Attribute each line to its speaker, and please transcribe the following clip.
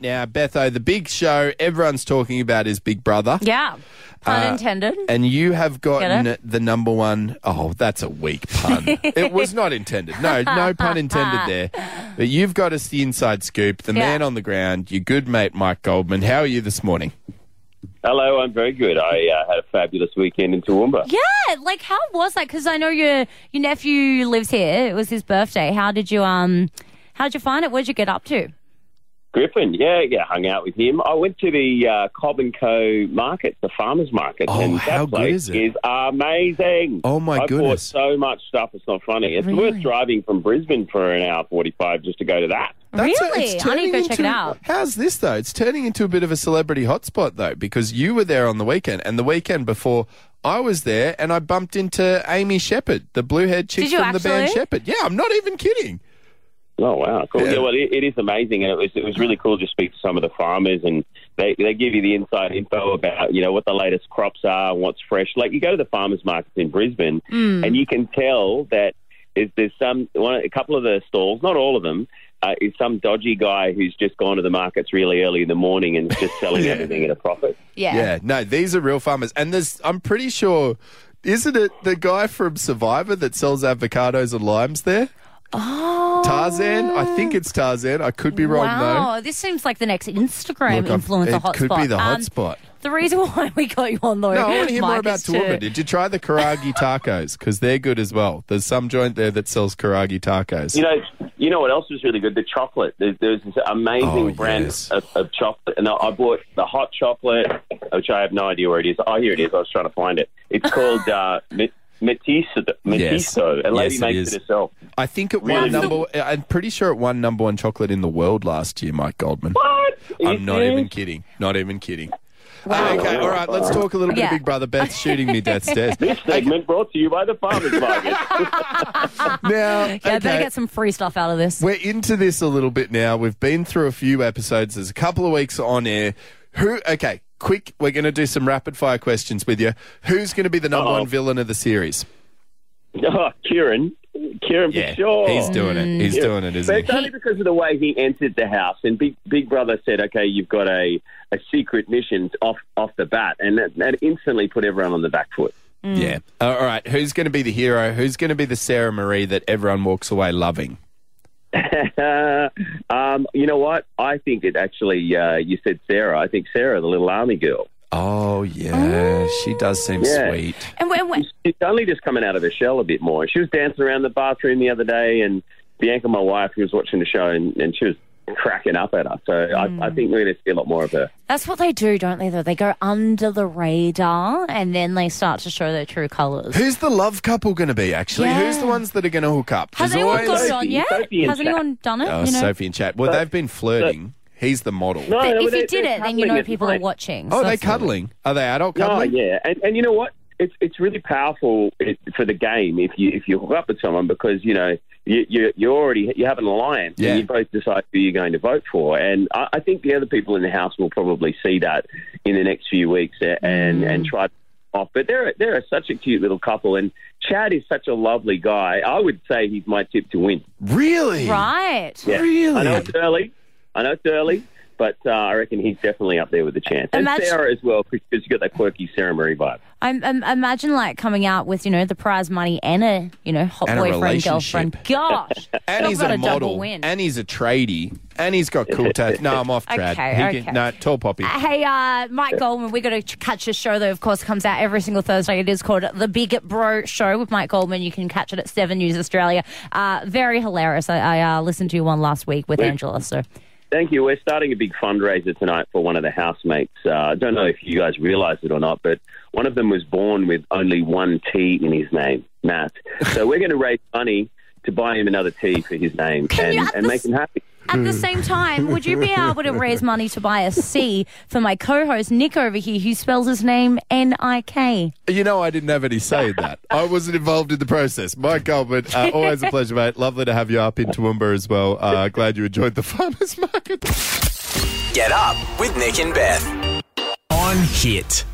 Speaker 1: Now, Betho, the big show everyone's talking about is Big Brother.
Speaker 2: Yeah. Pun
Speaker 1: Uh,
Speaker 2: intended.
Speaker 1: And you have gotten
Speaker 2: Get
Speaker 1: the number one oh that's a weak pun. it was not intended. No, no pun intended there. But you've got us the inside scoop, the
Speaker 2: Yeah.
Speaker 1: man on the ground, your good mate Mike Goldman. How are you this morning?
Speaker 3: Hello, I'm very good. I uh, had a fabulous weekend in Toowoomba.
Speaker 2: yeah, like how was that? Because I know your your nephew lives here. It was his birthday. How did you um? How did you find it? What did you get up to?
Speaker 3: Griffin, yeah, yeah, hung out with him. I went to the uh, Cobb and Co. market, the farmers market,
Speaker 1: Oh,
Speaker 3: and
Speaker 1: how
Speaker 3: that
Speaker 1: good
Speaker 3: place
Speaker 1: is it?
Speaker 3: is amazing.
Speaker 1: Oh, my
Speaker 3: I
Speaker 1: goodness.
Speaker 3: bought so much stuff; it's not funny. It's
Speaker 2: Really?
Speaker 3: worth driving from Brisbane for an hour forty-five just to go to that.
Speaker 1: That's it's
Speaker 2: really? I need to
Speaker 1: turning
Speaker 2: go check it
Speaker 1: into-
Speaker 2: out.
Speaker 1: How's this though? It's turning into a bit of a celebrity hotspot though, because you were there on the weekend, and the weekend before I was there, and I bumped into Amy Shepherd, the blue-haired chick
Speaker 2: Did you
Speaker 1: from the band
Speaker 2: actually?
Speaker 1: Shepherd. Yeah, I'm not even kidding.
Speaker 3: Oh wow, cool!
Speaker 1: Yeah.
Speaker 3: Yeah, well, it, it is amazing, and it was it was really cool to speak to some of the farmers, and they they give you the inside info about you know what the latest crops are, and what's fresh. Like you go to the farmers markets in Brisbane,
Speaker 1: Mm.
Speaker 3: and you can tell that there's, there's some one a couple of the stalls, not all of them, uh, is some dodgy guy who's just gone to the markets really early in the morning and is just selling
Speaker 1: Yeah.
Speaker 3: everything at a profit.
Speaker 2: Yeah.
Speaker 1: Yeah, no, these are real farmers, and there's. I'm pretty sure, isn't it the guy from Survivor that sells avocados and limes there?
Speaker 2: Oh.
Speaker 1: Tarzan, I think it's Tarzan. I could be wrong
Speaker 2: wow. This seems like the next Instagram
Speaker 1: though. Look, I've-
Speaker 2: influencer hotspot.
Speaker 1: it could be the
Speaker 2: Um,
Speaker 1: hotspot.
Speaker 2: the reason why we got you on though,
Speaker 1: No, I want to hear more
Speaker 2: Mike,
Speaker 1: about
Speaker 2: is to-
Speaker 1: Toowoomba. Did you try the Karagi tacos? Because they're good as well. There's some joint there that sells Karagi tacos.
Speaker 3: You know, you know what else was really good? The chocolate. There's, there's this amazing
Speaker 1: Oh,
Speaker 3: brand
Speaker 1: yes.
Speaker 3: of, of chocolate, and I, I bought the hot chocolate, which I have no idea where it is. Oh, here it is. I was trying to find it. It's called uh, Me- Metiso.
Speaker 1: Yes.
Speaker 3: Metiso. A
Speaker 1: Yes,
Speaker 3: lady
Speaker 1: it
Speaker 3: makes
Speaker 1: is.
Speaker 3: it herself.
Speaker 1: I think it
Speaker 3: Really?
Speaker 1: won number. I'm pretty sure it won number one chocolate in the world last year, Mike Goldman.
Speaker 3: What?
Speaker 1: I'm
Speaker 3: Is
Speaker 1: not
Speaker 3: this-
Speaker 1: even kidding. Not even kidding. Ah,
Speaker 2: Wow.
Speaker 1: Okay, all right. Let's talk a little bit
Speaker 2: Yeah.
Speaker 1: of Big Brother. Beth's shooting me death stairs.
Speaker 3: This segment brought to you by the Farmers Market.
Speaker 1: Now,
Speaker 2: Yeah, better
Speaker 1: okay,
Speaker 2: get some free stuff out of this.
Speaker 1: we're into this a little bit now. We've been through a few episodes. There's a couple of weeks on air. Who? Okay, quick. We're going to do some rapid fire questions with you. Who's going to be the number
Speaker 3: Uh-oh.
Speaker 1: one villain of the series?
Speaker 3: oh, Kieran. Kieran for sure. Mm.
Speaker 1: he's doing it. He's
Speaker 3: Yeah.
Speaker 1: doing it,
Speaker 3: But
Speaker 1: isn't
Speaker 3: it's
Speaker 1: he?
Speaker 3: only because of the way he entered the house, and Big Big Brother said, "Okay, you've got a, a secret mission off off the bat," and that, that instantly put everyone on the back foot.
Speaker 2: Mm.
Speaker 1: Yeah. Uh, All right. Who's going to be the hero? Who's going to be the Sarah Marie that everyone walks away loving?
Speaker 3: um, you know what? I think it actually. Uh, you said Sarah. I think Sarah, the little army girl.
Speaker 1: Oh yeah, she does seem
Speaker 3: Yeah.
Speaker 1: sweet.
Speaker 2: And, and, and
Speaker 3: She's only just coming out of her shell a bit more. She was dancing around the bathroom the other day, and Bianca, my wife, who was watching the show, and, and she was cracking up at us. So I, I
Speaker 2: Mm.
Speaker 3: think we're going to see a lot more of her.
Speaker 2: That's what they do, don't they? Though they go under the radar and then they start to show their true colours.
Speaker 1: Who's the love couple going to be? Actually,
Speaker 2: Yeah.
Speaker 1: who's the ones that are going to hook up?
Speaker 2: Has
Speaker 1: There's
Speaker 2: anyone got
Speaker 1: always-
Speaker 2: it on
Speaker 3: Sophie-
Speaker 2: yet?
Speaker 3: Sophie and
Speaker 2: Has anyone done it?
Speaker 1: Oh,
Speaker 2: you know,
Speaker 1: Sophie and Chad. Well, they've been flirting. He's the model.
Speaker 3: No,
Speaker 2: But
Speaker 3: no,
Speaker 2: if
Speaker 3: they-
Speaker 2: you did
Speaker 3: they're
Speaker 2: it, then you
Speaker 3: cuddling
Speaker 2: know
Speaker 3: at
Speaker 2: people are
Speaker 3: the moment.
Speaker 2: watching.
Speaker 1: Oh,
Speaker 2: so
Speaker 1: are they
Speaker 2: that's-
Speaker 1: cuddling? Are they adult
Speaker 3: Oh
Speaker 1: cuddling?
Speaker 3: yeah, and and you know what? It's it's really powerful it, for the game if you if you hook up with someone because you know you you you already you have an alliance
Speaker 1: Yeah.
Speaker 3: and you both decide who you're going to vote for, and I, I think the other people in the house will probably see that in the next few weeks a- and
Speaker 1: Mm.
Speaker 3: and try to off. But they're they're such a cute little couple, and Chad is such a lovely guy. I would say he's my tip to win.
Speaker 1: Really?
Speaker 2: Right.
Speaker 3: Yeah.
Speaker 1: Really?
Speaker 3: I know it's early. I know it's early. But uh, I reckon he's definitely up there with a chance. And
Speaker 2: Imagine-
Speaker 3: Sarah as well, because she's got that quirky Sarah Murray vibe.
Speaker 2: I'm, i imagine like coming out with you know the prize money and a you know hot
Speaker 1: And a
Speaker 2: boyfriend girlfriend.
Speaker 1: relationship.
Speaker 2: Gosh,
Speaker 1: And
Speaker 2: Talk
Speaker 1: he's
Speaker 2: about
Speaker 1: a,
Speaker 2: a double
Speaker 1: model.
Speaker 2: win.
Speaker 1: And he's a tradie. And he's got cool tats. No, I'm off Trad.
Speaker 2: Okay,
Speaker 1: He
Speaker 2: okay.
Speaker 1: Can, no, tall poppy.
Speaker 2: Hey, uh, Mike Goldman, we got to catch a show that, of course, comes out every single Thursday. It is called The Big Bro Show with Mike Goldman. You can catch it at Seven News Australia. Uh, very hilarious. I, I uh, listened to one last week with Angela. So,
Speaker 3: Thank you. We're starting a big fundraiser tonight for one of the housemates. Uh, I don't know if you guys realise it or not, but one of them was born with only one T in his name, Matt. So we're going to raise money to buy him another T for his name
Speaker 2: Can
Speaker 3: and,
Speaker 2: you at
Speaker 3: and
Speaker 2: the
Speaker 3: make him happy.
Speaker 2: at the same time, would you be able to raise money to buy a C for my co-host Nick over here, who spells his name N I K?
Speaker 1: You know, I didn't have any say in that. I wasn't involved in the process. Mike Goldman, uh, always a pleasure, mate. Lovely to have you up in Toowoomba as well. Uh, glad you enjoyed the farmers market.
Speaker 4: Get up with Nick and Beth. On Hit.